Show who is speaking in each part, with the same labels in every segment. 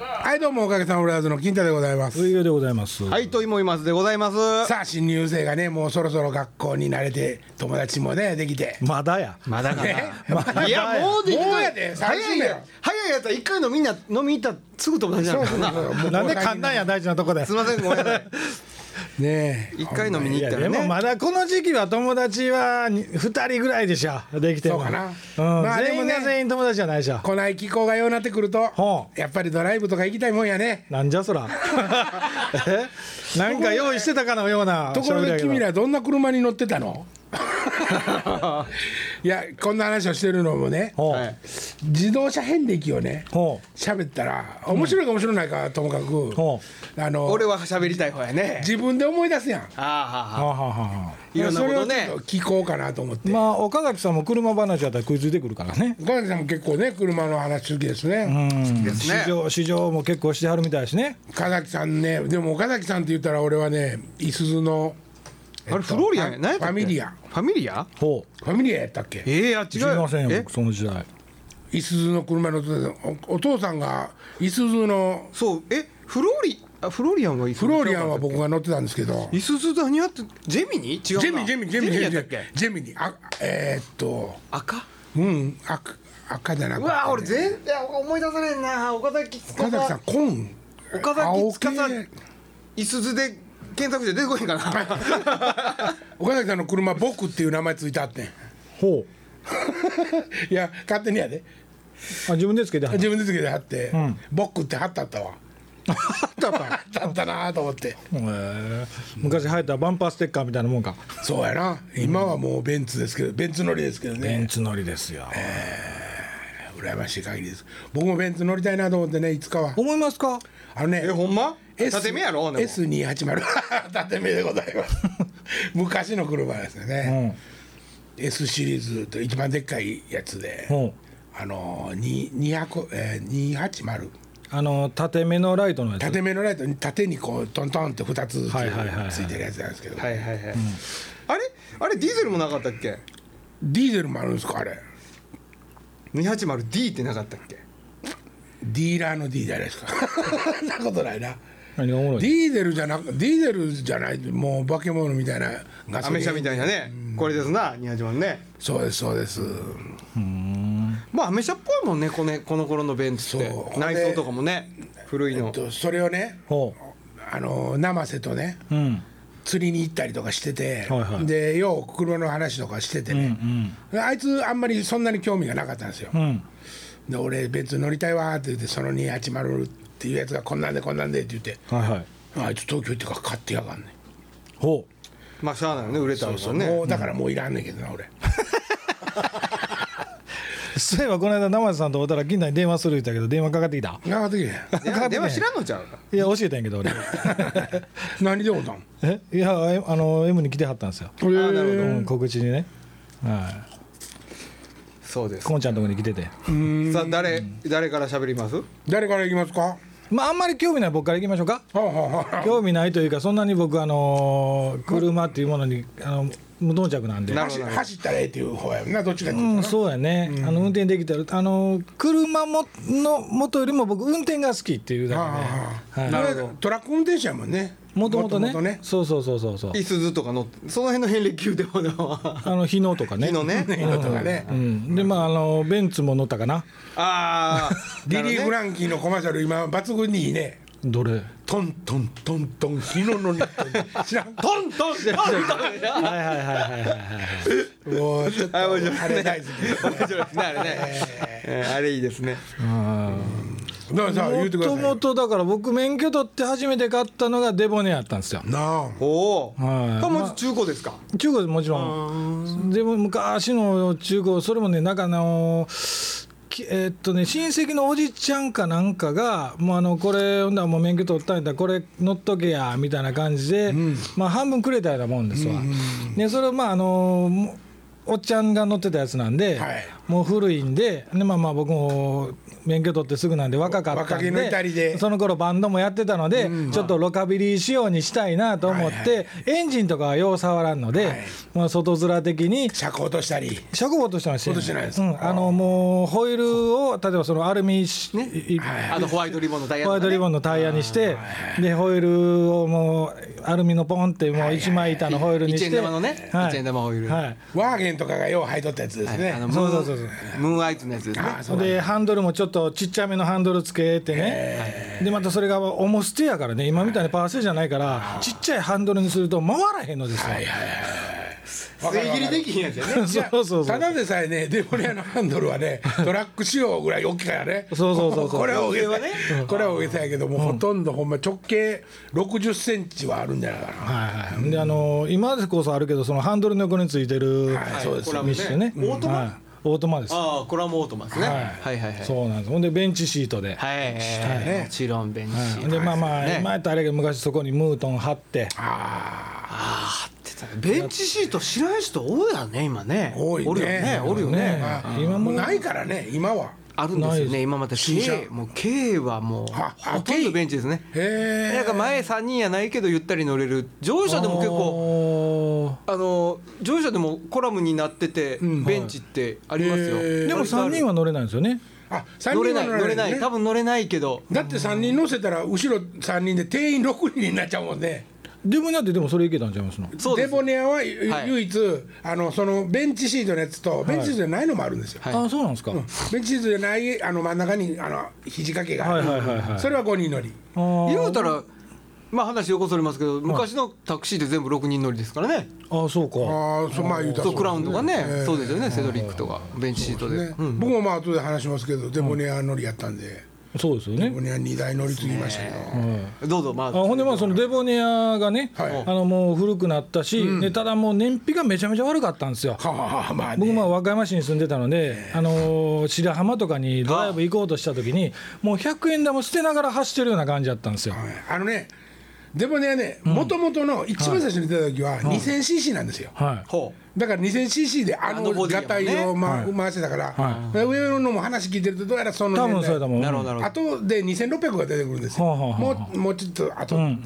Speaker 1: はいどうもおかげさんフラーズの金太でございます
Speaker 2: 冬でございます。
Speaker 3: はい、といもいますでございます。
Speaker 1: さあ新入生がねもうそろそろ学校に慣れて友達もねできて
Speaker 2: まだや。
Speaker 3: まだ か
Speaker 1: ね
Speaker 3: いや、もうでき
Speaker 1: もう
Speaker 3: な
Speaker 1: や
Speaker 3: い。
Speaker 1: で最
Speaker 3: 早
Speaker 1: 新
Speaker 3: い
Speaker 1: だ
Speaker 3: や
Speaker 1: よ、
Speaker 3: 早いやつは一回のみんな飲みに行ったらすぐ友達になるからな。
Speaker 2: なんで簡単や大事なとこで。
Speaker 3: すみません、ごめんなさい。
Speaker 1: ねえ
Speaker 3: 一回飲み
Speaker 2: い
Speaker 3: に行
Speaker 2: や
Speaker 3: った
Speaker 2: で
Speaker 3: ら
Speaker 2: も
Speaker 3: ね。
Speaker 2: まだこの時期は友達はに二人ぐらいでしょできても
Speaker 1: そうかな
Speaker 2: うん
Speaker 1: まあで
Speaker 2: 全
Speaker 1: も
Speaker 2: 員
Speaker 1: ね
Speaker 2: が全員友達じゃないでしょ
Speaker 1: こない気候がようになってくると
Speaker 2: ほ
Speaker 1: やっぱりドライブとか行きたいもんやね
Speaker 2: なんじゃそらえなんか用意してたかのような
Speaker 1: ところ
Speaker 2: 喋り
Speaker 1: で
Speaker 2: やけど
Speaker 1: 君らどんな車に乗ってたのいやこんな話をしてるのもね
Speaker 2: ほう、
Speaker 3: はい
Speaker 1: 自動車遍歴をね
Speaker 2: ほ
Speaker 1: 喋ったら面白いか面白くないかともかく、
Speaker 2: ほ
Speaker 1: あの
Speaker 3: 俺は喋りたい方やね。
Speaker 1: 自分で思い出すやん
Speaker 3: あ
Speaker 2: う
Speaker 3: あはあ
Speaker 2: はあ
Speaker 3: はあ、
Speaker 2: はあはあ
Speaker 3: いろんなこと
Speaker 1: そ
Speaker 3: ね
Speaker 1: れを。ちょっと聞こうかなと思って、
Speaker 2: まあ岡崎さんも車話やったら食いついてくるからね
Speaker 1: 岡崎さんも結構ね車の話好きです
Speaker 2: う
Speaker 1: ね、
Speaker 2: ん
Speaker 3: ですね
Speaker 2: 市場市場も結構してはるみたいですね
Speaker 1: 岡崎さんねでも岡崎さんって言ったら俺はねいすゞの
Speaker 3: あれ、フローリアンや。何やったっけ
Speaker 1: ファミリア。
Speaker 3: ファミリア。
Speaker 2: ほう
Speaker 1: ファミリアやったっけ
Speaker 3: ええ、や、違
Speaker 2: 知
Speaker 3: う
Speaker 2: り
Speaker 3: よ
Speaker 2: ません。よ
Speaker 3: え
Speaker 2: 僕その時代
Speaker 1: いすゞの車に乗ってたおお父さんがいすゞの
Speaker 3: そう、え、フローリ、あ、フローリアンは。
Speaker 1: フローリアンは。僕が乗ってたんですけど
Speaker 3: いすず何やって、ジェミニ。違うな。
Speaker 1: ジェミジェミジェミジ
Speaker 3: ジェ
Speaker 1: ェ
Speaker 3: ミ
Speaker 1: ミ
Speaker 3: やったっけ。
Speaker 1: ジェミにあえーっと
Speaker 3: 赤。
Speaker 1: うん赤赤じゃなく
Speaker 3: う
Speaker 1: て、
Speaker 3: わ、俺、全然、思い出されんな。岡崎司。
Speaker 1: 岡崎さんコーン
Speaker 3: 岡崎
Speaker 1: 青
Speaker 3: 司
Speaker 1: 系
Speaker 3: いすずで検索して出てこへんかな
Speaker 1: 岡崎さんの車僕っていう名前ついてあってん
Speaker 2: ほ
Speaker 1: いや勝手にやで
Speaker 2: うあ自分でつけてはった
Speaker 1: 自分でつけて貼って、
Speaker 2: ん
Speaker 1: 僕って貼ってあったわ貼ったったなと思って
Speaker 2: へえ昔流行ったバンパーステッカーみたいなもんか
Speaker 1: そうやな今はもうベンツですけどベンツ乗りですけど
Speaker 2: ベ
Speaker 1: ね
Speaker 2: ンツ乗りですよ、
Speaker 1: 羨ましい限りです僕もベンツ乗りたいなと思ってねいつかは
Speaker 2: 思いますか
Speaker 1: あのね
Speaker 3: えほんま
Speaker 1: S-
Speaker 3: 縦目やろでも
Speaker 1: S280 縦目でござい ます昔の車ですよ
Speaker 2: う
Speaker 1: ね、
Speaker 2: ん
Speaker 1: S シリーズと一番でっかいやつで、
Speaker 2: うん
Speaker 1: あのに200えー280
Speaker 2: あの縦目のライトのやつ
Speaker 1: 縦目のライトに縦にこうトントンって2つ
Speaker 2: はいはいはいはい
Speaker 1: ついてるやつなんですけど、
Speaker 3: はいはいはい、あれあれディーゼルもなかったっけ
Speaker 1: ディーゼルもあるんですかあれ
Speaker 3: 280D ってなかったっけ
Speaker 1: ディーラーの D じゃないですか そんなことないな
Speaker 2: 何がおもろ
Speaker 1: デ
Speaker 2: い
Speaker 1: ィーゼルじゃなくディーゼルじゃないもう化け物みたいなガ
Speaker 3: アメ車みたいなねこれですな280ね
Speaker 1: そうですそうです
Speaker 3: まあアメ車っぽいもんねこのこの頃のベンツって
Speaker 1: そう
Speaker 3: 内装とかもね古いの、
Speaker 1: とそれをね
Speaker 2: ほ
Speaker 1: あの生瀬とね
Speaker 2: ううん
Speaker 1: 釣りに行ったりとかしてて、
Speaker 2: はいはい
Speaker 1: でよう車の話とかしててね、あいつあんまりそんなに興味がなかったんですよ、
Speaker 2: うん
Speaker 1: で俺ベンツ乗りたいわーって言ってその280っていうやつがこんなんでこんなんでって言って
Speaker 2: はいはい
Speaker 1: あいつ東京行ってから買ってやがんねん
Speaker 2: ほ
Speaker 3: まあしゃあないよね売れた
Speaker 1: そ
Speaker 3: ん
Speaker 1: う
Speaker 3: です
Speaker 1: そ
Speaker 3: よ
Speaker 1: う、
Speaker 3: ね
Speaker 1: もうだからもういらんねんけどな俺
Speaker 2: うそういえばこの間生瀬さんとおたら銀太に電話する言ったけど電話かかってきた
Speaker 1: なかったけ
Speaker 3: 電話電話知らんのちゃう
Speaker 2: いや教えたんやけど 俺
Speaker 1: 何でおったん
Speaker 2: えいやえあの M に来てはったんですよ、
Speaker 1: あ
Speaker 3: なるほ
Speaker 2: うん、告知にねは
Speaker 3: そうで
Speaker 2: い
Speaker 3: す
Speaker 2: こんちゃんのとこに来てて
Speaker 3: さあ誰誰から喋ります
Speaker 1: 誰からいきますかは
Speaker 2: まああんまり興味ない僕から行きましょうか
Speaker 1: あ、はあは
Speaker 2: 興味ないというかそんなに僕あの車っていうものにあの無頓着なんで
Speaker 1: あ、
Speaker 3: なるほ
Speaker 1: 走
Speaker 3: ど
Speaker 1: 走ったらええっていう方やもんなどっちかっていう
Speaker 2: う
Speaker 1: と
Speaker 2: ん、そうやね、あの運転できたら、あの車もの元よりも僕、運転が好きっていうだ
Speaker 1: はあは
Speaker 2: けで、
Speaker 1: あ
Speaker 2: は
Speaker 3: なるほど
Speaker 1: トラック運転手やもんね
Speaker 2: い、もともとね
Speaker 1: 元々
Speaker 2: そうそうそうそうそう、
Speaker 3: いすずとかのその辺の遍歴言うてもな
Speaker 2: あの日野とかね、
Speaker 3: 日のね
Speaker 1: 色とかね
Speaker 2: うん、で、まああの、ベンツも乗ったかな、
Speaker 3: ああ
Speaker 1: リリー・フランキーのコマーシャル今抜群にいいね
Speaker 2: どれ、
Speaker 1: トントントントン日野の日本知らん
Speaker 3: トントンってトントン って
Speaker 2: はいはいはいはいはいはい、
Speaker 1: もうちょっと
Speaker 3: あ面白いね
Speaker 1: あれ大好きです
Speaker 3: 面白いですねあれね、えーあれいいですね
Speaker 1: だからさ言う
Speaker 2: も
Speaker 1: てくだ
Speaker 2: と
Speaker 1: さい
Speaker 2: も
Speaker 1: よ
Speaker 2: とだから、僕、免許取って初めて買ったのがデボネやったんですよ。
Speaker 1: なあ
Speaker 3: おお、
Speaker 2: はい
Speaker 3: あまず中古ですか、
Speaker 2: 中古ですもちろんでも昔の中古それもねなんかあのきえーっとね親戚のおじちゃんかなんかがもうあのこれほんならもう免許取ったんやったらこれ乗っとけやみたいな感じで、まあ半分くれたようなもんですわ、でそれをまああのもおっちゃんが乗ってたやつなんで、
Speaker 1: はい
Speaker 2: もう古いんでで、まあ、まあ僕も免許取ってすぐなんで若かったんで
Speaker 1: 若気の至りで
Speaker 2: その頃バンドもやってたので、ちょっとロカビリー仕様にしたいなと思って、
Speaker 1: はいは
Speaker 2: エンジンとかはよう触らんので、
Speaker 1: はい
Speaker 2: まあ、外面的に
Speaker 1: 車高としたり
Speaker 2: 尺棒としてはして
Speaker 1: 落としてないです
Speaker 2: うん、あのもうホイールを例えばそのアルミし、
Speaker 3: ね
Speaker 2: い
Speaker 1: はい
Speaker 3: あのホワイトリボンのダイヤ
Speaker 2: ホワイトリボンのタイヤにして、でホイールをもうアルミのポンってもう一枚板のホイールにして、
Speaker 3: 一円玉のね一円玉ホイール
Speaker 2: はい、
Speaker 1: ワーゲンとかがよう履いとったやつですね、
Speaker 3: あ
Speaker 1: あ
Speaker 3: のム
Speaker 2: そう
Speaker 3: ー
Speaker 2: そうそうそう
Speaker 3: ムーンアイズのやつですね
Speaker 1: あそうだ
Speaker 2: でハンドルもちょっとちっちゃめのハンドルつけてね、でまたそれが重ステやからね、今みたいにパーセーじゃないから、ちっちゃいハンドルにすると回らへんのですよ。
Speaker 1: はいはいはいわかる
Speaker 3: 吸い
Speaker 1: わか
Speaker 3: 切
Speaker 1: る
Speaker 3: りできひんやつやね
Speaker 2: そうそうそう
Speaker 1: ただでさえねデボリアのハンドルは ねトラック仕様ぐらい大きいからね
Speaker 2: そうそうそうそう
Speaker 1: これは大げさこれは大げさやけども、ほとんどほんま直径60センチはあるんじゃないかな、
Speaker 2: はいはい、であの今でこそあるけどそのハンドルの横についてる
Speaker 1: はいそうです
Speaker 3: これはもう
Speaker 2: ミッシュね、
Speaker 3: オートマ
Speaker 2: はいオートマです
Speaker 3: ああこれはもうオートマですねはいはいはい
Speaker 2: そうなんですほんでベンチシートで、
Speaker 3: はいもちろんベンチシート
Speaker 2: でまあまあ、
Speaker 3: ね
Speaker 2: 今やったらあれやけど昔そこにムートン貼って
Speaker 1: あ
Speaker 3: ベンチシート知らん人多いやね今ね
Speaker 1: 多いね
Speaker 3: おるよねおるよね
Speaker 1: あ、
Speaker 2: ね今
Speaker 1: も
Speaker 2: も
Speaker 1: うないからね今は
Speaker 3: あるんです
Speaker 2: ない
Speaker 3: よ
Speaker 2: です
Speaker 3: ね今また K もう K はもう
Speaker 1: ああ
Speaker 3: ほとんどベンチですね
Speaker 1: へえ
Speaker 3: なんか前3人やないけどゆったり乗れる乗用車でも結構
Speaker 2: 構
Speaker 3: あの乗用車でもコラムになっててベンチってありますよ、
Speaker 1: へー
Speaker 2: でも3人は乗れないんですよね
Speaker 1: あ三
Speaker 3: 乗
Speaker 1: 3
Speaker 3: れ
Speaker 1: 人
Speaker 3: な
Speaker 1: はい
Speaker 3: 乗れない
Speaker 1: ね
Speaker 3: 多分乗れないけど
Speaker 1: だって3人乗せたら後ろ3人で定員6人になっちゃうもんね
Speaker 2: でもなんてでもそれいけたんちゃいますの
Speaker 3: そうで
Speaker 1: デ
Speaker 3: す
Speaker 1: ボニアはゆ
Speaker 3: はい
Speaker 1: 唯一あのそのベンチシートのやつとベンチシートじゃないのもあるんですよ、
Speaker 3: はい
Speaker 2: あそうなんですか、
Speaker 1: ベンチシートじゃないあの真ん中にあの肘掛けがある、
Speaker 2: はいはいはいはい
Speaker 1: それは5人乗り
Speaker 2: 言
Speaker 3: 言うたらまあ話よこそれますけど昔のタクシーで全部6人乗りですからね
Speaker 2: あそうか
Speaker 1: ああそうまあ言うたらそ
Speaker 3: そ
Speaker 1: うう
Speaker 3: クラウンとかね
Speaker 1: ええ
Speaker 3: そうですよねセドリックとかベンチシートで
Speaker 1: ね
Speaker 3: うん
Speaker 1: 僕もまあ後で話しますけどデボニア乗りやったんで
Speaker 2: そうですよ
Speaker 1: デ
Speaker 2: ね
Speaker 1: ボニア2台乗り継ぎましたけど、
Speaker 3: どうぞまあ
Speaker 2: あほんでまあそのデボニアがね、
Speaker 1: はい
Speaker 2: あのもう古くなったし、でただもう燃費がめちゃめちゃ悪かったんですよ
Speaker 1: はあまあね
Speaker 2: 僕まあ和歌山市に住んでたので、あのー白浜とかにドライブ行こうとした時にもう100円玉捨てながら走ってるような感じだったんですよ、
Speaker 1: あのねデボニアねもともとの一番最初に出た時は 2000cc なんですよ、
Speaker 2: はい、
Speaker 3: ほ
Speaker 1: だから 2000cc であ
Speaker 3: あの
Speaker 1: の
Speaker 3: ボディ
Speaker 1: が
Speaker 3: や
Speaker 1: た
Speaker 3: もんね
Speaker 1: いを、ま
Speaker 2: はい
Speaker 1: 回してたから、
Speaker 2: は
Speaker 1: 上ののも話聞いてるとどうやらその
Speaker 2: 多分
Speaker 1: 年
Speaker 2: そ
Speaker 1: 代
Speaker 2: れだも
Speaker 3: うんなるほどなるほど
Speaker 1: 後で2600が出てくるんですよ、
Speaker 2: はあはあはあ
Speaker 1: もうもうちょっと後
Speaker 2: う
Speaker 1: で、
Speaker 2: ん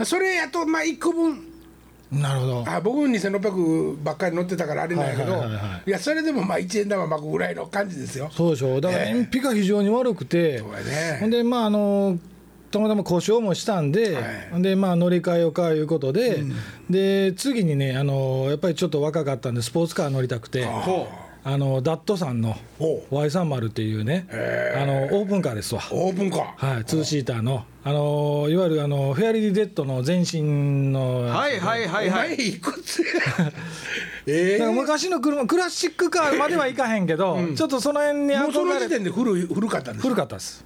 Speaker 2: うん
Speaker 1: それやとまあ1個分
Speaker 2: なるほど
Speaker 1: あ僕2600ばっかり乗ってたからあれなんやけど、
Speaker 2: はい
Speaker 1: い
Speaker 2: はいはいはい
Speaker 1: やそれでもまあ1円玉巻くぐらいの感じですよ
Speaker 2: そうでしょうだから
Speaker 1: ええ
Speaker 2: 燃費が非常に悪くて、
Speaker 1: そうやね
Speaker 2: ほんでまああのたまたま故障もしたんで、
Speaker 1: はい
Speaker 2: ほんでまあ乗り換えようかいうことで、で次にねあのやっぱりちょっと若かったんでスポーツカー乗りたくて
Speaker 3: うほ
Speaker 2: あのダットさんの
Speaker 1: おう
Speaker 2: Y30 っていうね、あのオープンカーですわ
Speaker 1: オープンか
Speaker 2: はい、ツーシーターの、あのーいわゆるあのフェアリー・デッドの前身の、
Speaker 3: うはいはいはいは
Speaker 1: お
Speaker 3: い
Speaker 1: 前いく つやええ
Speaker 2: なんか昔の車、クラシックカーまではいかへんけど、ちょっとその辺に
Speaker 1: もうその
Speaker 2: 憧
Speaker 1: 時
Speaker 2: れ
Speaker 1: 点で古い古かったんです
Speaker 2: 古かったです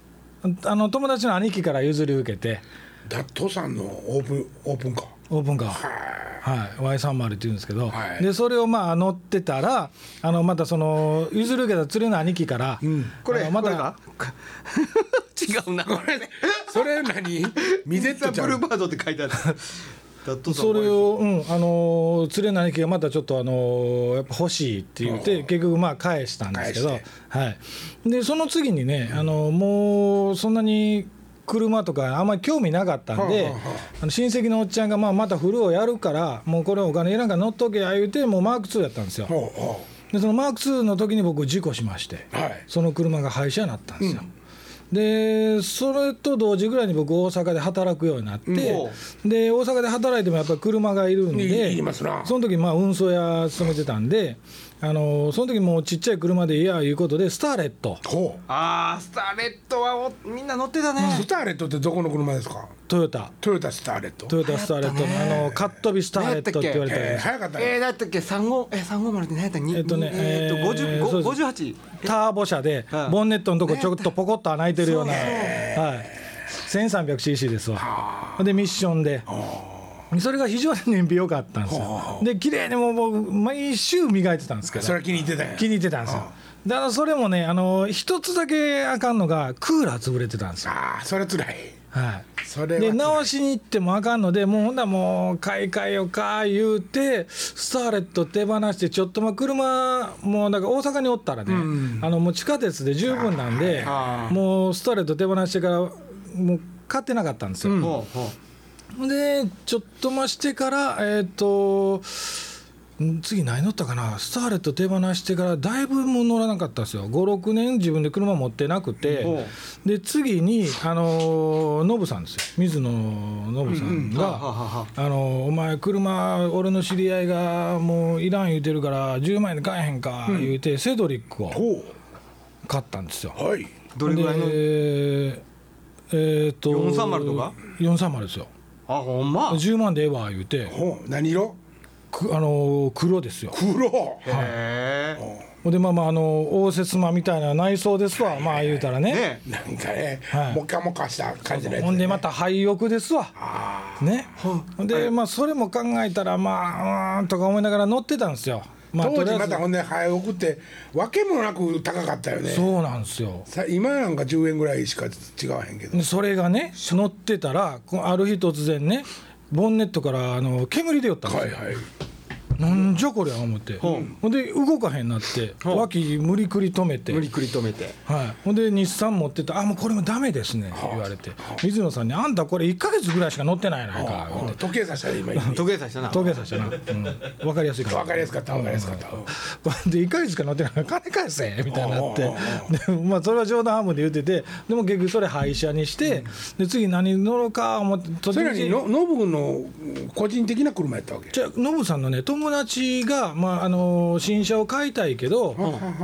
Speaker 2: あの、友達の兄貴から譲り受けて、
Speaker 1: ダットさんのオープンオープンか
Speaker 2: オープンカー。はい、Y30 って言うんですけど、
Speaker 1: はい
Speaker 2: でそれをまあ乗ってたらあのまたその譲り受けた連れの兄貴から、
Speaker 3: こ
Speaker 2: あ
Speaker 3: れ
Speaker 2: のま
Speaker 3: ま
Speaker 2: た
Speaker 3: た 違うなこれ
Speaker 1: それ何ミゼットちゃ
Speaker 3: ブルー
Speaker 1: ん
Speaker 3: バードって書いてあ るダットさん
Speaker 2: それを、うんあのー連れの兄貴がまたちょっと、あのーやっぱ欲しいって言って結局まあ返したんですけど
Speaker 1: 返し、
Speaker 2: はい、でその次にね、あのーもうそんなに車とかあんまり興味なかったんで、
Speaker 1: はあはあは
Speaker 2: あの親戚のおっちゃんがまあまたフルをやるからもうこれお金いらんから乗っとけや言うてもうマーク2やったんですよ
Speaker 1: ほうほ
Speaker 2: でそのマーク2の時に僕事故しまして
Speaker 1: うはい
Speaker 2: その車が廃車になったんですよ、でそれと同時ぐらいに僕大阪で働くようになって、で大阪で働いてもやっぱり車がいるん
Speaker 1: い
Speaker 2: で
Speaker 1: 言いますな
Speaker 2: その時まあ運送屋勤めてたんであのその時もうちっちゃい車でいいやいうことでスターレット
Speaker 1: ほ
Speaker 3: ああスターレットはおみんな乗ってたね
Speaker 1: うスターレットってどこの車ですか
Speaker 2: トヨタ
Speaker 1: トヨタスターレット
Speaker 2: トヨタスターレットのあのカットビスターレットって言われた
Speaker 1: えー
Speaker 2: り
Speaker 1: 早かった
Speaker 3: えー、
Speaker 1: ね
Speaker 3: だったっけ三五え三五丸って何やったに
Speaker 2: えっとね
Speaker 3: にえっと五
Speaker 2: え
Speaker 3: 十
Speaker 2: ーそうです
Speaker 3: 五十八
Speaker 2: ターボ車で
Speaker 3: うん
Speaker 2: ボンネットのとこちょっとポコッと穴開いてるような、
Speaker 3: そうそう
Speaker 2: はい、1300cc ですわでミッションでそれが非常に燃費良かったんですよで綺麗にもうもう毎週磨いてたんですけど
Speaker 1: それは気に入ってたんや
Speaker 2: 気に入ってたんですよだからそれもねあの一つだけあかんのがクーラー潰れてたんですよ
Speaker 1: ああそれつらい
Speaker 2: はい
Speaker 1: それは
Speaker 2: で直しに行ってもあかんのでもうほんならもう買い替えようか言うてスターレット手放してちょっとまあ車もうなんか大阪におったらね、あのもう地下鉄で十分なんで
Speaker 3: あー
Speaker 2: もうスターレット手放してからもう買ってなかったんですよ、
Speaker 3: ほうほ
Speaker 2: でちょっと増してからえっ、とん次何乗ったかなスターレット手放してからだいぶもう乗らなかったんですよ56年自分で車持ってなくて
Speaker 3: ほ
Speaker 2: で次にあのーノブさんですよ水野ノブさん
Speaker 3: うはあはあ
Speaker 2: が。
Speaker 3: はあ
Speaker 2: あのーお前車俺の知り合いがもういらん言うてるから10万円で買えへんか言うて、セドリックを
Speaker 1: ほ
Speaker 2: 買ったんですよ
Speaker 1: うはい
Speaker 3: どれぐらいの
Speaker 2: でえー、と
Speaker 3: 430とか
Speaker 2: 430ですよ
Speaker 3: あほんま
Speaker 2: 10万でええわ言うて
Speaker 1: ほう何色
Speaker 2: くあのー黒ですよ
Speaker 1: 黒
Speaker 3: へ
Speaker 2: ほんでまあまああのー応接間みたいな内装ですわまあ言うたら
Speaker 3: え
Speaker 2: ね
Speaker 3: ね
Speaker 1: なんかね、
Speaker 2: はい
Speaker 1: もかもかした感じのやつ、ね、
Speaker 2: ほんでまた廃屋ですわねほんでまあそれも考えたらまあうーんとか思いながら乗ってたんですよまあ
Speaker 1: 当
Speaker 2: とり
Speaker 1: 時
Speaker 2: あえず
Speaker 1: またほんで早送ってわけもなく高かったよね
Speaker 2: そうなんですよ
Speaker 1: さ今なんか10円ぐらいしか違わへんけど
Speaker 2: でそれがね乗ってたらこうある日突然ねボンネットからあの煙出よったんですよ、
Speaker 1: はいはい
Speaker 2: なんじゃこりゃ思って、ほんで動かへんなって、脇無理くり止めて
Speaker 3: え無理くり止めて
Speaker 2: はい、ほんで日産持ってたあもうこれもダメですね」言われて水野さんに「あんたこれ1か月ぐらいしか乗ってないやないか」言うて
Speaker 1: 時計さしたら 今わ
Speaker 3: 時計さしたな
Speaker 2: 峠さしたな、うん、分かりやすいから
Speaker 1: かりやすかったわかりやすかった、
Speaker 2: で1か月しか乗ってないから金返せみたいになっ
Speaker 1: お
Speaker 2: て
Speaker 1: うおう
Speaker 2: で、まあ、それは冗談半分で言っててでも結局それ廃車にして、で次何乗ろうか思って途
Speaker 1: それ
Speaker 2: 中
Speaker 1: なりに
Speaker 2: で
Speaker 1: のノブの個人的な車やったわけ
Speaker 2: じゃあノブさんのね友達が、まああのー新車を買いたいけど、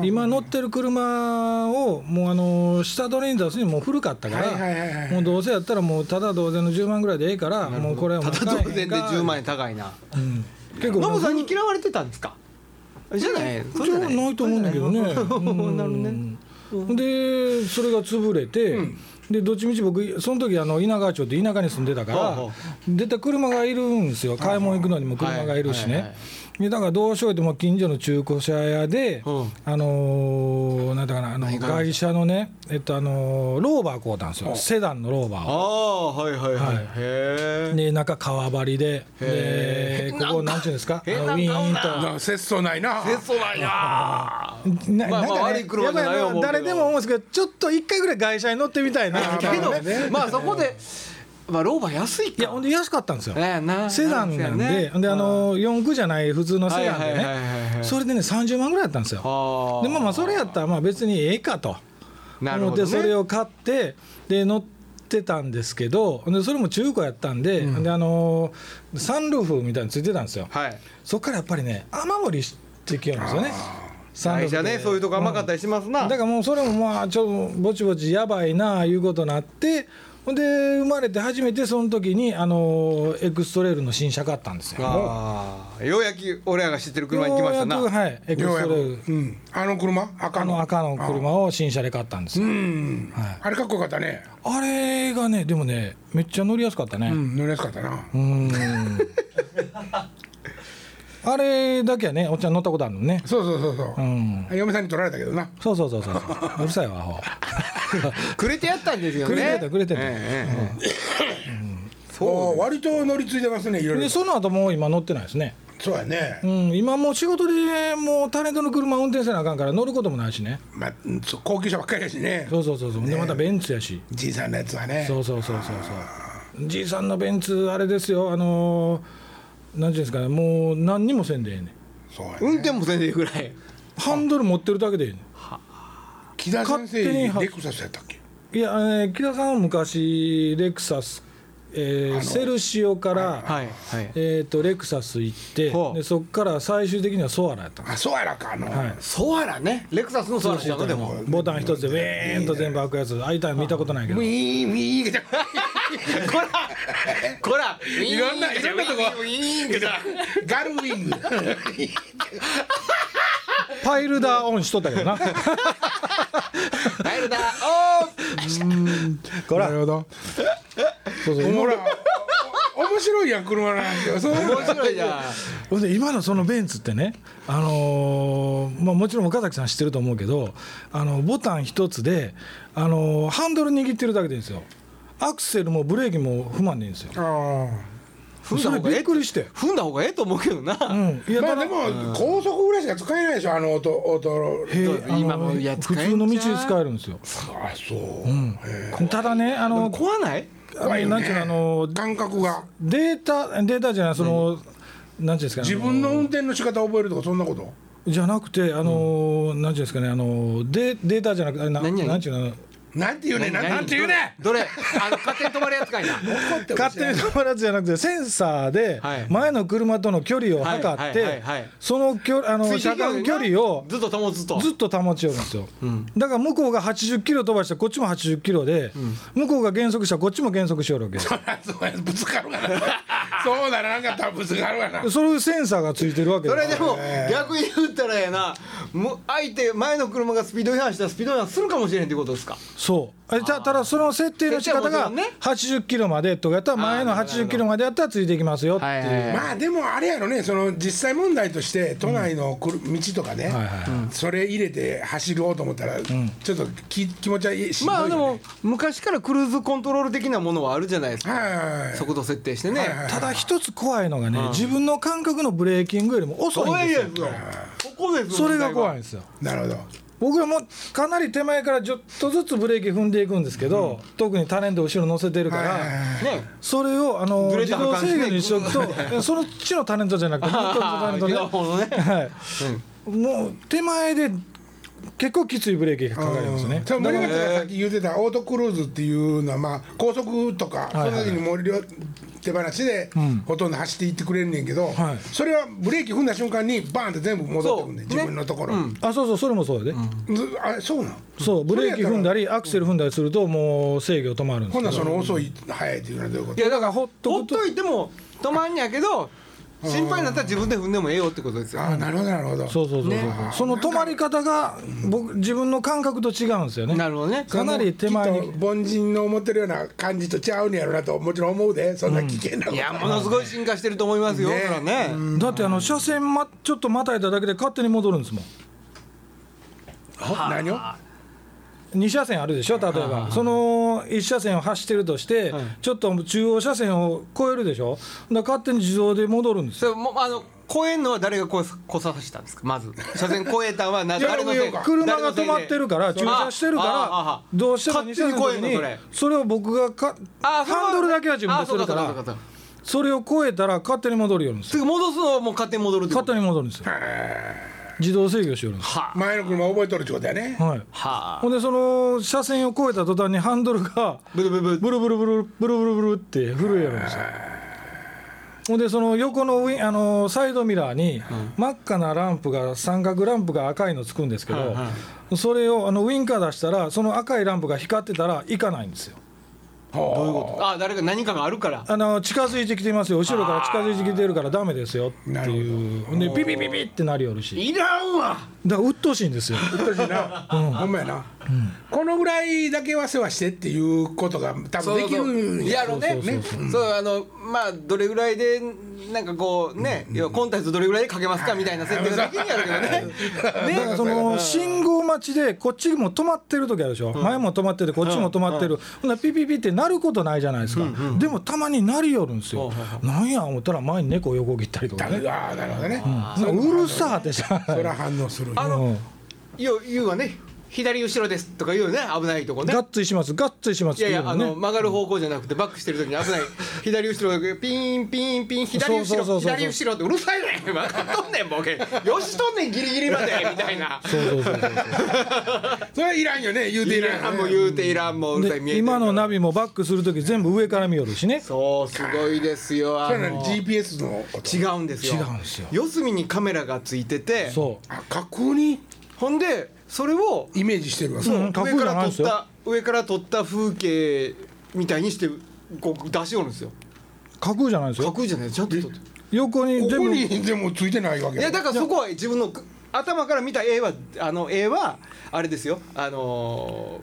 Speaker 2: 今乗ってる車をもう、あのー下取りに出すにもう古かったから、
Speaker 1: はいはいはいはい
Speaker 2: もうどうせやったらもうただ同然の10万ぐらいでええからもうこれはも
Speaker 3: た
Speaker 2: う買
Speaker 3: だ
Speaker 2: えへん
Speaker 3: 当然で
Speaker 2: か
Speaker 3: 10万円高いな
Speaker 2: うん結構
Speaker 3: ノブさんに嫌われてたんですかじゃないそうじゃ
Speaker 2: な
Speaker 3: ない
Speaker 2: ないと思うんだけどね。
Speaker 3: なるね
Speaker 2: うんでそれが潰れて、でどっちみち僕その時あの稲川町って田舎に住んでたか
Speaker 3: はあ
Speaker 2: ら
Speaker 3: は
Speaker 2: 絶対車がいるんですよ買い物行くのにも車がいるし
Speaker 3: はいはい
Speaker 2: ねでだからどうしようっても近所の中古車屋で、
Speaker 3: うん
Speaker 2: あのーなんだかなあの
Speaker 3: 何買いました
Speaker 2: 会社のねえっとあのーローバー買うたんですよセダンのローバー
Speaker 3: あ
Speaker 2: を。
Speaker 3: あはいはいはいへえ
Speaker 2: で中川張りでで
Speaker 3: へえ
Speaker 2: ここなんていうんですかあ
Speaker 3: 変な
Speaker 2: のウ
Speaker 3: 顔
Speaker 2: ィ
Speaker 3: な
Speaker 2: ーンと
Speaker 1: な節操ないな
Speaker 3: そうな んや
Speaker 2: な
Speaker 3: まあ
Speaker 2: なんか
Speaker 3: まあ悪い車じゃ
Speaker 2: や
Speaker 3: ない
Speaker 2: っぱり
Speaker 3: 思うけど
Speaker 2: 誰でも思うんですけどちょっと一回ぐらい外車に乗ってみたいなみた
Speaker 3: け
Speaker 2: いな
Speaker 3: ど
Speaker 1: まあね
Speaker 3: まあそこでまあローバー安い
Speaker 2: いやほ
Speaker 3: か
Speaker 2: んで安かったんですよ
Speaker 3: ええな
Speaker 2: セダンなんでほんであの四駆じゃない普通のセダンで
Speaker 3: はいはいはいはいは
Speaker 2: ね
Speaker 3: い
Speaker 2: それでね30万ぐらいだったんですよ
Speaker 3: あー
Speaker 2: でまあまあそれやったらまあ別にええかと
Speaker 3: なる
Speaker 2: 思っ
Speaker 3: ほ
Speaker 2: て
Speaker 3: ど
Speaker 2: それ
Speaker 3: ね
Speaker 2: を買ってで乗ってたんですけどほんでそれも中古やったんで,、であのーサンルーフみたいについてたんですよ
Speaker 3: はい
Speaker 2: そっからやっぱりね雨漏りしてきよるんですよねサンルー
Speaker 3: 会
Speaker 2: フ
Speaker 3: 社
Speaker 2: って
Speaker 3: ねそういうとこ甘かったりしますな
Speaker 2: だからもうそれもまあちょっとぼちぼちやばいなあいうことになってほんで生まれて初めてその時にあのエクストレールの新車買ったんですよ。
Speaker 3: ああようやく俺らが知ってる車に来ましたな
Speaker 2: ようやくはいエク
Speaker 1: よう
Speaker 2: ス
Speaker 1: や
Speaker 2: ト
Speaker 1: く
Speaker 2: レール
Speaker 1: うん、あの車赤
Speaker 2: あ
Speaker 1: の
Speaker 2: の赤の車を新車で買ったんですよ。
Speaker 1: うん、あれかっこよかったね
Speaker 2: あれがねでもねめっちゃ乗りやすかった
Speaker 1: う
Speaker 2: ね。
Speaker 1: ん乗りやすかったな、
Speaker 2: うん。あれだけはねおっちゃん乗ったことあるのね。
Speaker 1: そうそうそうそう
Speaker 2: う、ん。
Speaker 1: 嫁さんに取られたけどな
Speaker 2: そうそうそうそううるさいわアホ。
Speaker 3: くれてやったんですよね
Speaker 2: くれてたくれてた
Speaker 3: ええええ
Speaker 1: お
Speaker 3: そ
Speaker 1: ー割と乗り継いでますねいろいろ
Speaker 2: でその後もう今乗ってないですね。
Speaker 1: そうやね
Speaker 2: う、ん、今もう仕事でもうタレントの車運転せなあかんから乗ることもないしね
Speaker 1: まあ、うんそう高級車ばっかりやしね
Speaker 2: そうそうそうそう、でまたベンツやし
Speaker 1: じいさんのやつはね
Speaker 2: そうそうそうそうそうじいさんのベンツあれですよあのー、なんていうんですかねもう何にもせんでええねん
Speaker 1: そうやね
Speaker 3: う運転もせんでいいぐらい
Speaker 2: ハンドル持ってるだけでええね
Speaker 1: 木田先生
Speaker 2: 勝手には
Speaker 1: レクサスやったっけ
Speaker 2: んいや、えー、木田さんは昔レクサス、えー、セルシオから、
Speaker 3: はいはい
Speaker 2: えー、とレクサス行って
Speaker 3: ほう
Speaker 2: でそこから最終的にはソアラやったんで
Speaker 1: あそうやらかあの、
Speaker 2: す、はい
Speaker 3: ソアラねレクサスのソアラじゃんのでも
Speaker 2: ボタン一つでウェーンと全部開くやつあいたい見たことないけど
Speaker 1: ウィーンウィーンって
Speaker 3: こらこらい
Speaker 1: ろんないろんなとこガルウィング
Speaker 2: パイルダーオンしとったけど な
Speaker 3: 入るだ
Speaker 2: こら
Speaker 1: なるほど
Speaker 2: そうそう
Speaker 1: おもろいお面白いやん車の話よそう
Speaker 3: おー面白いじゃん
Speaker 2: ほんで今のそのベンツってね、あのーまあ、もちろん岡崎さん知ってると思うけどあのボタン一つで、あのーハンドル握ってるだけでいいんですよアクセルもブレーキも踏まんねえんですよ
Speaker 1: あ
Speaker 3: 踏んだ
Speaker 2: そ
Speaker 3: 方
Speaker 2: れ
Speaker 3: がえ
Speaker 2: び
Speaker 3: え
Speaker 2: っくりして
Speaker 3: 踏んだ方がええと思うけどな、
Speaker 2: うん
Speaker 1: あ
Speaker 2: いや
Speaker 1: まあ
Speaker 2: ただ
Speaker 1: でも高速ぐらいしか使えないでしょあの音音
Speaker 2: へえあの
Speaker 3: 今もいや
Speaker 2: 普
Speaker 3: 使えん
Speaker 2: 通の道で使えるんですよ
Speaker 1: あそう、へえ
Speaker 2: ただねあ
Speaker 3: でも
Speaker 2: の
Speaker 3: 怖ない
Speaker 2: あの
Speaker 1: 怖いよね
Speaker 2: なんていうのあの
Speaker 1: 感覚が
Speaker 2: データデータじゃないその、なんていうんですかね
Speaker 1: 自分の運転の仕方覚えるとかそんなこと
Speaker 2: じゃなくてあの、なんていうんですかねあのデデータじゃなくてあれな
Speaker 3: 何々
Speaker 2: なんていうの
Speaker 1: なんて言うねんな
Speaker 3: 何
Speaker 1: なんて言うねん
Speaker 3: どれあの勝手に止まるやつかいな
Speaker 1: 怒って
Speaker 2: 勝手に止まるやつじゃなくてセンサーで
Speaker 3: はい
Speaker 2: 前の車との距離を
Speaker 3: は
Speaker 2: 測っ
Speaker 3: いはいはい
Speaker 2: て
Speaker 3: はい
Speaker 2: その距離あの車間距離を
Speaker 3: ずっと保つと
Speaker 2: ずっと保ちよるんですよ、だから向こうが80キロ飛ばしてこっちも80キロで、向こうが減速したらこっちも減速しよるわけです
Speaker 1: そりゃそうやぶつかるがなそうだななんかったらぶつかるがな
Speaker 2: そういうセンサーがついてるわけ
Speaker 3: そ
Speaker 2: だ
Speaker 3: れでも逆に言ったらやなもう相手前の車がスピード違反したらスピード違反するかもしれへんってことですか
Speaker 2: そうえたただその設定の仕方
Speaker 3: 設定は
Speaker 2: が
Speaker 3: もちろんね
Speaker 2: 80キロまでとかやったら前の
Speaker 3: あーなるほど
Speaker 2: 80キロまでやったらついていきますよっていう、
Speaker 1: まあでもあれやろねその実際問題として都内のくる道とかね、
Speaker 2: はいはい
Speaker 1: それ入れて走ろうと思ったら、ちょっとき気持ちはいいしんどい
Speaker 3: ま
Speaker 1: よ
Speaker 3: あ
Speaker 1: ね
Speaker 3: でも昔からクルーズコントロール的なものはあるじゃないですか、
Speaker 1: はいはいはい
Speaker 3: 速度設定してね、
Speaker 1: はいはい
Speaker 2: ただ一つ怖いのがね、自分の感覚のブレーキングよりも遅いん
Speaker 3: 怖い
Speaker 2: です
Speaker 3: や
Speaker 2: よ
Speaker 3: つよここですよ
Speaker 2: それが怖いん
Speaker 3: 問
Speaker 2: ですよ
Speaker 1: なるほど
Speaker 2: 僕はもうかなり手前からちょっとずつブレーキ踏んでいくんですけど、特にタレント後ろ乗せてるか
Speaker 1: はい
Speaker 2: ら、
Speaker 1: はいはい
Speaker 3: 題はね
Speaker 2: それをあの
Speaker 3: ブレーキ
Speaker 2: 自動制御にしとくと
Speaker 3: 発
Speaker 2: えそのうちのタレントじゃなくてもう一つのタレントね
Speaker 3: あー違う方のね
Speaker 2: はいもう手前で結構きついブレーキがかかりますね、
Speaker 1: 多分森口がさっき言ってたオートクルーズっていうのは、まあ、高速とか、
Speaker 2: はいはい
Speaker 1: その時にもう両手放しで、ほとんど走っていってくれんねんけど、
Speaker 2: はい
Speaker 1: それはブレーキ踏んだ瞬間にバーンって全部戻ってくんねん
Speaker 3: そう
Speaker 1: 自分のところ、
Speaker 2: あそうそうそれもそうやで、
Speaker 1: ずあれそうなん
Speaker 2: そうブレーキ踏んだ
Speaker 1: り
Speaker 2: りアクセル踏んだりするともう制御止まるんです
Speaker 1: ほん
Speaker 2: け
Speaker 1: なら
Speaker 2: ど
Speaker 1: その遅い速いっていうのはどういうこと
Speaker 3: いやだから
Speaker 2: ほ
Speaker 3: ほ
Speaker 2: っ
Speaker 3: っ
Speaker 2: とくと
Speaker 3: といても止まんやけど心配になったら自分で踏んでもええよってことですよ
Speaker 1: ああなるほどなるほど
Speaker 2: そうそうそうそう、その止まり方が僕自分の感覚と違うんですよね
Speaker 3: なるほどね
Speaker 2: かなり手前
Speaker 1: きっ
Speaker 2: に
Speaker 1: と凡人の思ってるような感じとちゃうんやろなともちろん思うでそんな危険なこと
Speaker 3: いや
Speaker 1: は
Speaker 3: ものすごい進化してると思いますよ、
Speaker 1: ね
Speaker 3: そらね、
Speaker 2: だってあの車線、ま、ちょっとまたいだだけで勝手に戻るんですもん
Speaker 1: あ何を
Speaker 2: 2車線あるでしょ例えばその1車線を走ってるとして、ちょっと中央車線を越えるでしょだから勝手に自動で戻るんです
Speaker 3: そ
Speaker 2: よ
Speaker 3: れもあの越えんのは誰が越さ越させたんですかまず車線越えたんはな
Speaker 1: いや
Speaker 3: 誰のせい
Speaker 1: 僕よ
Speaker 2: 車が止まってるから
Speaker 3: 誰の
Speaker 2: 駐車
Speaker 3: せいで
Speaker 2: してる
Speaker 3: ああ
Speaker 2: か
Speaker 3: あ
Speaker 2: らどうしても
Speaker 3: 勝
Speaker 2: 2
Speaker 3: 手
Speaker 2: 車
Speaker 3: に
Speaker 2: 線
Speaker 3: 越えんの
Speaker 2: の
Speaker 3: そ
Speaker 2: 時に
Speaker 3: れ
Speaker 2: それを僕がか
Speaker 3: あそれは
Speaker 2: ハンドルだけは自分でするか
Speaker 3: あそうそう
Speaker 2: ら
Speaker 3: そうそう
Speaker 2: それを越えたら勝手に戻るようにする
Speaker 3: すぐ戻すのはもう勝手に戻るってこ
Speaker 2: 勝
Speaker 3: と
Speaker 2: 手に戻るんですよ自動制御しよるんです
Speaker 3: はあ
Speaker 1: 前の車覚えとるってことやね
Speaker 2: はい
Speaker 3: はあ
Speaker 2: ほんでその車線を越えた途端にハンドルが
Speaker 3: ブルブルブ
Speaker 2: ブルブルブルブルブルブルって震えるんですよほんでその横のウィンあのサイドミラーに真っ赤なランプが三角ランプが赤いのつくんですけど、それをあのウインカー出したらその赤いランプが光ってたら行かないんですよ
Speaker 1: どういうこ
Speaker 3: あ誰か何かがあるから
Speaker 2: あの近づいてきてますよ後ろから近づいてきてるからダメですよって
Speaker 1: な
Speaker 2: い
Speaker 1: る
Speaker 2: うほんでピピピピってなりよるし
Speaker 3: いらんわ
Speaker 2: だから鬱陶しいんですよ
Speaker 1: うっとしいな、ほんまやな、このぐらいだけは世話してっていうことが多分できるん
Speaker 3: や
Speaker 1: や
Speaker 3: ろねねそうあのまあどれぐらいでなんかこうね要はコンタクトどれぐらいでかけますかみたいな設定ができんやろうけどね
Speaker 2: だからその信号待ちでこっちも止まってる時あるでしょ、前も止まっててこっちも止まってる、ほんならピピピって鳴ることないじゃないですか、でもたまになりよるんですよ、なんや思ったら前に猫を横切ったりとかね、
Speaker 1: ああなるほどね、
Speaker 2: なんかうるさーってさ、
Speaker 1: それは反応する
Speaker 3: あ
Speaker 2: う
Speaker 3: の
Speaker 2: ん
Speaker 3: 言う言うわね左後ろですとか言うよね危ないとこね
Speaker 2: ガッツリしますガッツリします
Speaker 3: いやいや、
Speaker 2: って
Speaker 3: あ
Speaker 2: うね
Speaker 3: の曲がる方向じゃなくてバックしてる時に危 ない左後ろがピンピンピン左
Speaker 2: そう
Speaker 3: 後
Speaker 2: そうそうそう
Speaker 3: ろ左後ろってうるさいねん分かっとんねんボケよしとんねんギリギリまでみたいな
Speaker 2: そうそうそうそう
Speaker 1: それはいらんよね言うてい
Speaker 3: い
Speaker 1: らん
Speaker 3: ら
Speaker 1: よ
Speaker 3: ん
Speaker 1: ね
Speaker 3: もう言うていらんもううるさい見え
Speaker 2: で
Speaker 3: てるか
Speaker 2: 今
Speaker 3: ら
Speaker 2: のナビもバックする時全部上から見よるしね
Speaker 3: そうすごいですよ
Speaker 1: そ
Speaker 3: あ
Speaker 1: れなり
Speaker 3: の
Speaker 1: に GPS のこと
Speaker 3: 違うんですよ
Speaker 2: 違うんですよ
Speaker 3: 四隅にカメラがついてて
Speaker 2: そ
Speaker 1: あ架空に
Speaker 3: ほんでそれを
Speaker 1: イメージしてるわ
Speaker 2: うん架
Speaker 3: 上か
Speaker 2: 空じゃない
Speaker 3: ら撮
Speaker 2: で
Speaker 3: っ
Speaker 2: すよ
Speaker 3: た上から撮った風景みたいにしてこう出しよるんですよ
Speaker 2: う架空じゃないです
Speaker 3: かっ
Speaker 2: よ
Speaker 3: こいいじゃないちゃんと撮って
Speaker 2: 横に
Speaker 1: こ
Speaker 2: 全
Speaker 1: こ
Speaker 2: 部
Speaker 1: にでもついてないわけ
Speaker 3: いやだからそこは自分の頭から見た絵はあの絵はあれですよあの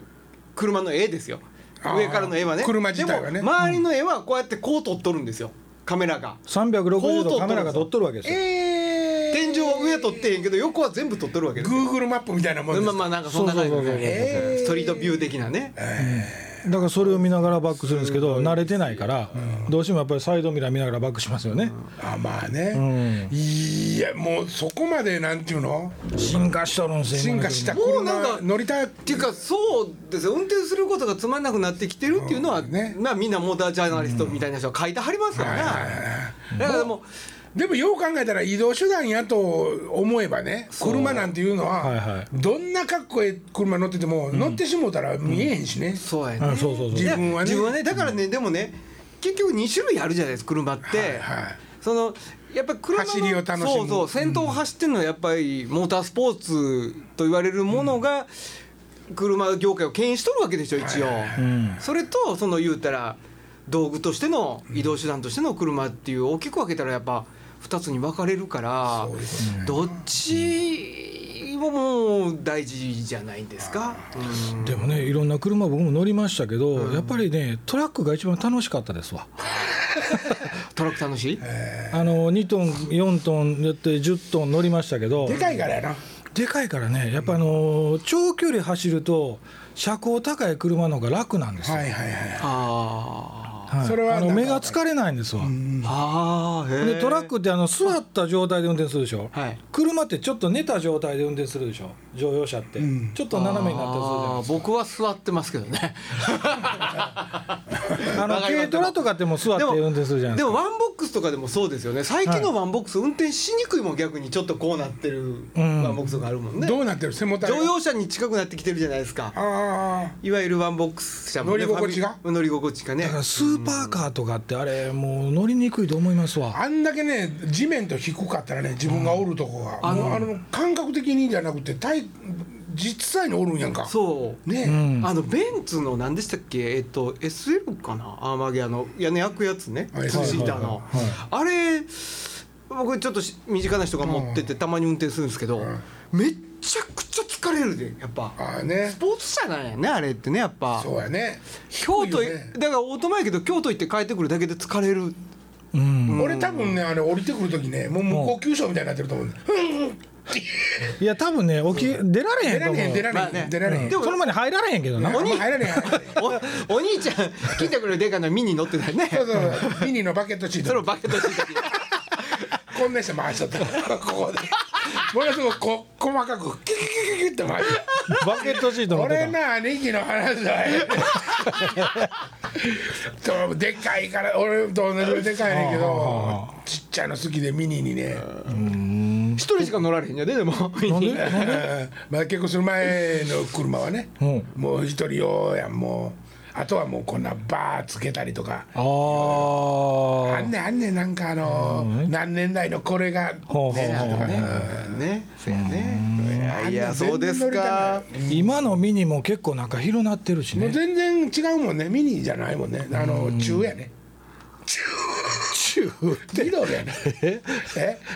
Speaker 3: ー車の絵ですよ
Speaker 1: あー
Speaker 3: 上からの絵はね
Speaker 1: 車自体はね
Speaker 3: でも周りの絵はこうやってこう撮っとるんですよカメラが
Speaker 2: 360
Speaker 3: こ
Speaker 2: 度
Speaker 3: う撮っとるんですよ
Speaker 2: カメラが撮っとるわけですよ
Speaker 1: えー、
Speaker 3: 天井は上撮ってへんけど横は全部撮っとるわけですよ
Speaker 1: Google マップみたいなもんです
Speaker 3: まあ
Speaker 1: か
Speaker 3: まあなんかそんな感じ
Speaker 2: そうそうそうそう
Speaker 3: ストリートビュー的なね
Speaker 2: だからそれを見ながらバックするんですけど慣れてないからどうしてもやっぱりサイドミラー見ながらバックしますよね
Speaker 1: あまあね、いやもうそこまでなんていうの
Speaker 2: 進化しとるんですよ
Speaker 1: 進
Speaker 2: 今
Speaker 1: 化した
Speaker 3: もう
Speaker 1: 車
Speaker 3: なんか
Speaker 1: 乗りたい
Speaker 3: っていうかそうですよ運転することがつまんなくなってきてるっていうのは、
Speaker 1: うんね
Speaker 3: まあみんなモータージャーナリストみたいな人が書いてはりますからね、だからも
Speaker 1: でもよう考えたら移動手段やと思えばね車なんていうのは、
Speaker 2: はいはい
Speaker 1: どんなかっこええ車乗ってても、乗ってしもうたら見えへんしね、
Speaker 3: うそうや
Speaker 2: う
Speaker 3: ね
Speaker 2: んそうそうそう
Speaker 3: いや
Speaker 1: 自分はね
Speaker 3: 自分はねだからね、でもね結局2種類あるじゃないですか車って、
Speaker 1: はいはい
Speaker 3: そのやっぱり車の
Speaker 1: 走りを楽しむ
Speaker 3: そうそう先頭を走ってるのはやっぱりモータースポーツと言われるものが、車業界を牽引しとるわけでしょ一応、
Speaker 2: ん
Speaker 3: それとその言うたら道具としての移動手段としての車っていう大きく分けたらやっぱ2つに分かれるから、どっちももう大事じゃないですか、うん
Speaker 2: でもねいろんな車僕も乗りましたけど、やっぱりねトラックが一番楽しかったですわ、
Speaker 3: トラック楽しい、
Speaker 2: あの2トン4トンやって10トン乗りましたけど
Speaker 1: でかいからやな
Speaker 2: でかいからねやっぱあの長距離走ると車高高い車の方が楽なんですよ、
Speaker 1: はいはいはい
Speaker 3: あ
Speaker 2: はい
Speaker 1: それは
Speaker 2: あの
Speaker 1: なんか
Speaker 2: 目が疲れないんですわ、
Speaker 3: ーあーへー
Speaker 2: でトラックってあの座った状態で運転するでしょ、
Speaker 3: はい
Speaker 2: 車ってちょっと寝た状態で運転するでしょ乗用車って、ちょっと斜めになったりするじゃない
Speaker 3: あ
Speaker 2: で
Speaker 3: ー
Speaker 2: すか
Speaker 3: 僕は座ってますけどね
Speaker 2: あの
Speaker 3: わかります
Speaker 2: 軽トラとかってもう座って運転するじゃないで
Speaker 3: です
Speaker 2: か
Speaker 3: もワンボックスとかでもそうですよね最近のワンボックス運転しにくいもん逆にちょっとこうなってるワンボックスとかあるもんね、
Speaker 1: どうなってる背もたれ
Speaker 3: 乗用車に近くなってきてるじゃないですか
Speaker 1: ああ
Speaker 3: いわゆるワンボックス車も、ね、
Speaker 1: 乗り心地が
Speaker 3: ファミ乗り心地がね
Speaker 2: だからスーパーカーとかってあれもう乗りにくいと思いますわ
Speaker 1: あんだけね地面と低かったらね自分がおるとこが、もうあの感覚的にじゃなくて体実際におるんやんか
Speaker 3: そう
Speaker 1: ね、
Speaker 3: あのベンツの何でしたっけえっと SL かなアーマギアの屋根開くやつね
Speaker 1: はい
Speaker 3: ツーシーターの
Speaker 2: はいはい
Speaker 3: あれ僕ちょっとし身近な人が持っててたまに運転するんですけどめっちゃくちゃ疲れるでやっぱ
Speaker 1: ああね
Speaker 3: スポーツ車なんやねあれってねやっぱ
Speaker 1: そうやね
Speaker 3: 京都
Speaker 1: 低いよね
Speaker 3: だからオートマやけど京都行って帰ってくるだけで疲れる
Speaker 2: うん
Speaker 1: 俺多分ねあれ降りてくる時ねもう無呼吸症みたいになってると思う、
Speaker 2: いや多分ね起き出られへ
Speaker 1: 出ら
Speaker 2: んと
Speaker 1: れ
Speaker 2: 思
Speaker 1: へん出
Speaker 2: う
Speaker 1: られへん、
Speaker 3: まあね
Speaker 1: 出られへん、
Speaker 2: でもその前に入られへんけ どな
Speaker 1: あんま入られへん入られへん
Speaker 3: おお兄ちゃん聞いてくれるでかいのミニ乗ってたよね
Speaker 1: そうそうミニのバケットシー
Speaker 3: それ
Speaker 1: ト
Speaker 3: をバケットしてた時
Speaker 1: こんなして回しちゃったここでものすごくこ細かくキュキュキュキュキュって回して
Speaker 2: バケットシート乗っ
Speaker 1: 俺
Speaker 2: て
Speaker 1: な兄貴の話だよ そうでっかいから俺と同じぐらいでかいねんけどちっちゃいの好きでミニにね
Speaker 3: 一人しか乗られへんやででも
Speaker 2: たなんで
Speaker 1: まあ結婚する前の車はね、
Speaker 2: うん
Speaker 1: もう一人用やんもうあとはもうこんなバーつけたりとか
Speaker 2: あ
Speaker 1: あ
Speaker 2: ー
Speaker 1: んねんあんねんなんかあの、何年代のこれが、ね、
Speaker 2: ほうほうほう
Speaker 1: とかね
Speaker 3: ねそうやねいや
Speaker 1: 全然
Speaker 3: そうですか
Speaker 2: 今のミニも結構なんか広なってるし
Speaker 1: もう
Speaker 2: ね
Speaker 1: 全然違うもんねミニじゃないもんねあの中やね中中ミドルやねえ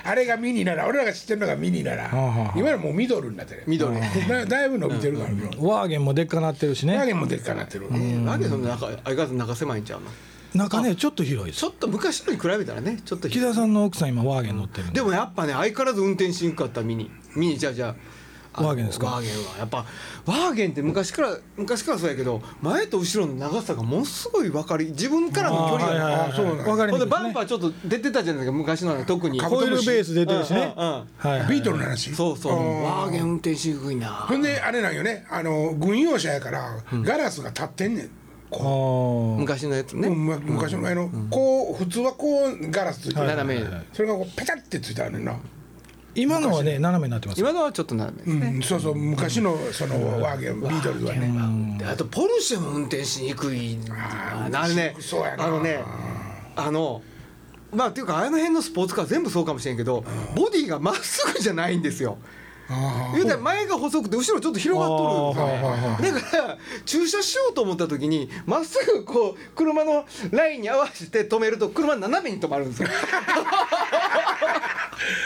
Speaker 1: あれがミニなら俺らが知ってるのがミニなら
Speaker 2: あはあ
Speaker 1: 今のもうミドルになってる
Speaker 3: 緑ね
Speaker 1: だだいぶ伸びてるからね
Speaker 2: ワーゲンもでっかなってるし
Speaker 1: 影
Speaker 2: ね
Speaker 1: もでっかなってる
Speaker 3: なんでそんな中相変わらず中狭いんちゃうの
Speaker 2: 中ねちょっと広いです
Speaker 3: ちょっと昔のに比べたらねちょっと
Speaker 2: 木田さんの奥さん今ワーゲン乗ってるんで
Speaker 3: でもやっぱね相変わらず運転しにくかったミニミニじゃあじゃああの
Speaker 2: ワーゲンですか
Speaker 3: ワーゲンはやっぱワーゲンって昔から昔からそうやけど前と後ろの長さがものすごい分かり自分からの距離
Speaker 2: あーはいはいはい
Speaker 3: が
Speaker 2: そうなんだ
Speaker 3: わかりにくいですねほんで
Speaker 2: わかり
Speaker 3: バ
Speaker 2: に
Speaker 3: ン
Speaker 2: く
Speaker 3: パーちょっと出てたじゃないですか昔のは特に
Speaker 1: かぶ
Speaker 2: ホイールベース出てるしね
Speaker 3: うんうんうん
Speaker 2: はいはい
Speaker 1: ビートルの話
Speaker 3: そうそうワーゲン運転しにくいな
Speaker 1: ほんであれなんよねあの軍用車やからガラスが立ってんねん
Speaker 2: あー
Speaker 3: 昔のやつね
Speaker 1: うんま昔の前のこう普通はこうガラスついてる
Speaker 3: 斜め
Speaker 1: それがこうペタってついてあるねんな
Speaker 2: 今のはね斜めになってます
Speaker 3: 今のはちょっと斜めですね
Speaker 1: うんそうそう昔のそのワーゲンビートルズはね
Speaker 3: であとポルシェも運転しにくいんだ
Speaker 1: あー
Speaker 3: あれね
Speaker 1: そうやな
Speaker 3: あのねあのまあっていうかあの辺のスポーツカー全部そうかもしれんけどボディがまっすぐじゃないんですよ
Speaker 1: あ
Speaker 3: 言うたら前が細くて後ろちょっと広がっとる
Speaker 2: あーはいはい
Speaker 3: んですよねだから駐車しようと思った時にまっすぐこう車のラインに合わせて止めると車斜めに止まるんですよ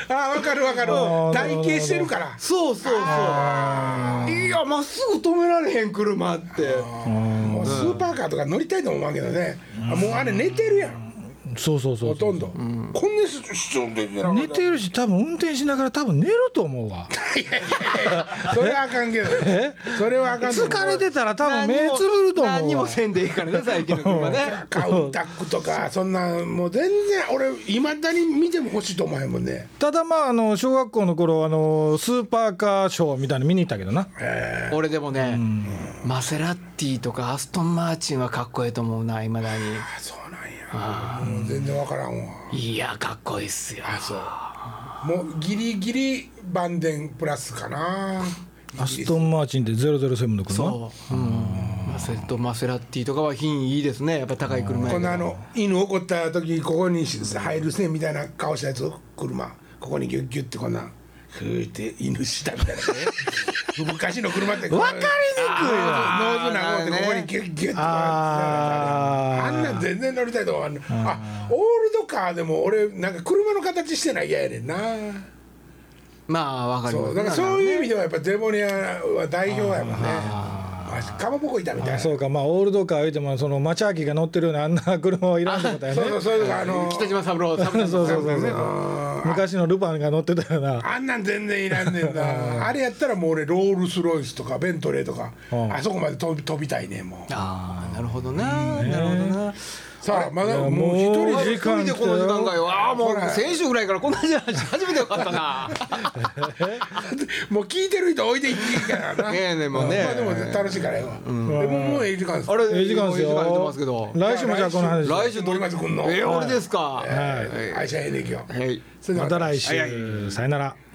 Speaker 1: あーわかるわかる
Speaker 2: ー
Speaker 1: 台形してるから
Speaker 3: そうそうそういやまっすぐ止められへん車って
Speaker 1: もうスーパーカーとか乗りたいと思うわけどね、あもうあれ寝てるやん
Speaker 2: そうそうそう
Speaker 1: ほ
Speaker 2: そ
Speaker 1: と
Speaker 2: うん
Speaker 1: ど、こんな質問できなかった
Speaker 2: 寝てるし多分運転しながら多分寝ると思うわ
Speaker 1: それはあかんけど それはあかんと思う
Speaker 2: 疲れてたら多分目つぶると思うわ
Speaker 3: 何にもせんでいいからね最近の車ね
Speaker 1: カウンタックとかそんなもう全然俺いまだに見ても欲しいと思わへんもんね
Speaker 2: ただまああの小学校の頃あのスーパーカーショーみたいなの見に行ったけどな
Speaker 3: 俺でもねマセラッティとかアストンマーチンはかっこいいと思うないまだに
Speaker 1: あそうなんやもう全然わからんわ
Speaker 3: いやかっこいいっすよ
Speaker 1: もうギリギリバンデンプラスかな
Speaker 2: アストンマーチンって007の車
Speaker 3: そう、うん、マセットマセラッティとかは品位いいですねやっぱ高い車や
Speaker 1: こ
Speaker 3: けど
Speaker 1: のあの犬怒った時ここに入るせみたいな顔したやつ車ここにギュッギュッてこんなふーって犬したみたい なね昔の車って分かりにくいノーズなこうってここにギュッギュッてこうやって
Speaker 2: あー
Speaker 1: あんなん全然乗りたいと思わんのあオールドカーでも俺なんか車の形してない嫌やねんな
Speaker 3: まあわかりま
Speaker 1: そう
Speaker 3: す
Speaker 1: だからそういう意味ではやっぱデボニアは代表やもんねあかまぼこいたみたい
Speaker 2: な
Speaker 1: な
Speaker 2: あ
Speaker 1: そ
Speaker 2: そううかまあオールドカー言うてもそのマチャーキが乗ってるようなあんな車はいらんってことやね
Speaker 1: そうそうそういうのがあの
Speaker 3: 北島三郎三郎
Speaker 2: そうそうそうそう
Speaker 1: あー
Speaker 2: 昔のルパンが乗ってたような
Speaker 1: あんなん全然いらんねんなあれやったらもう俺ロールスロイスとかベントレーとか、
Speaker 2: うん
Speaker 1: あそこまで飛び飛びたいねもう
Speaker 3: ああなるほどな、なるほどな
Speaker 1: さあまだ
Speaker 2: いや
Speaker 1: もう一
Speaker 2: もう
Speaker 1: 人
Speaker 2: 時間
Speaker 3: 一人でこの時間かよああもう先週ぐらいからこんな話初めてよかったな
Speaker 1: もう聞いてる人おいでいいからな
Speaker 3: ねえねえもうね
Speaker 1: まあでも楽しいからよ、でももうええ時間です
Speaker 3: あれ
Speaker 2: ええ時間です
Speaker 3: もうええ時間言って
Speaker 2: よ
Speaker 3: ますけど
Speaker 2: 来週もじゃあこの話
Speaker 3: 来週
Speaker 1: 森松君の
Speaker 3: ええ俺ですか、
Speaker 1: はい愛車ええねん今日
Speaker 3: はい
Speaker 1: それで
Speaker 2: ま
Speaker 1: は
Speaker 2: た来
Speaker 3: はいは
Speaker 2: 週さよなら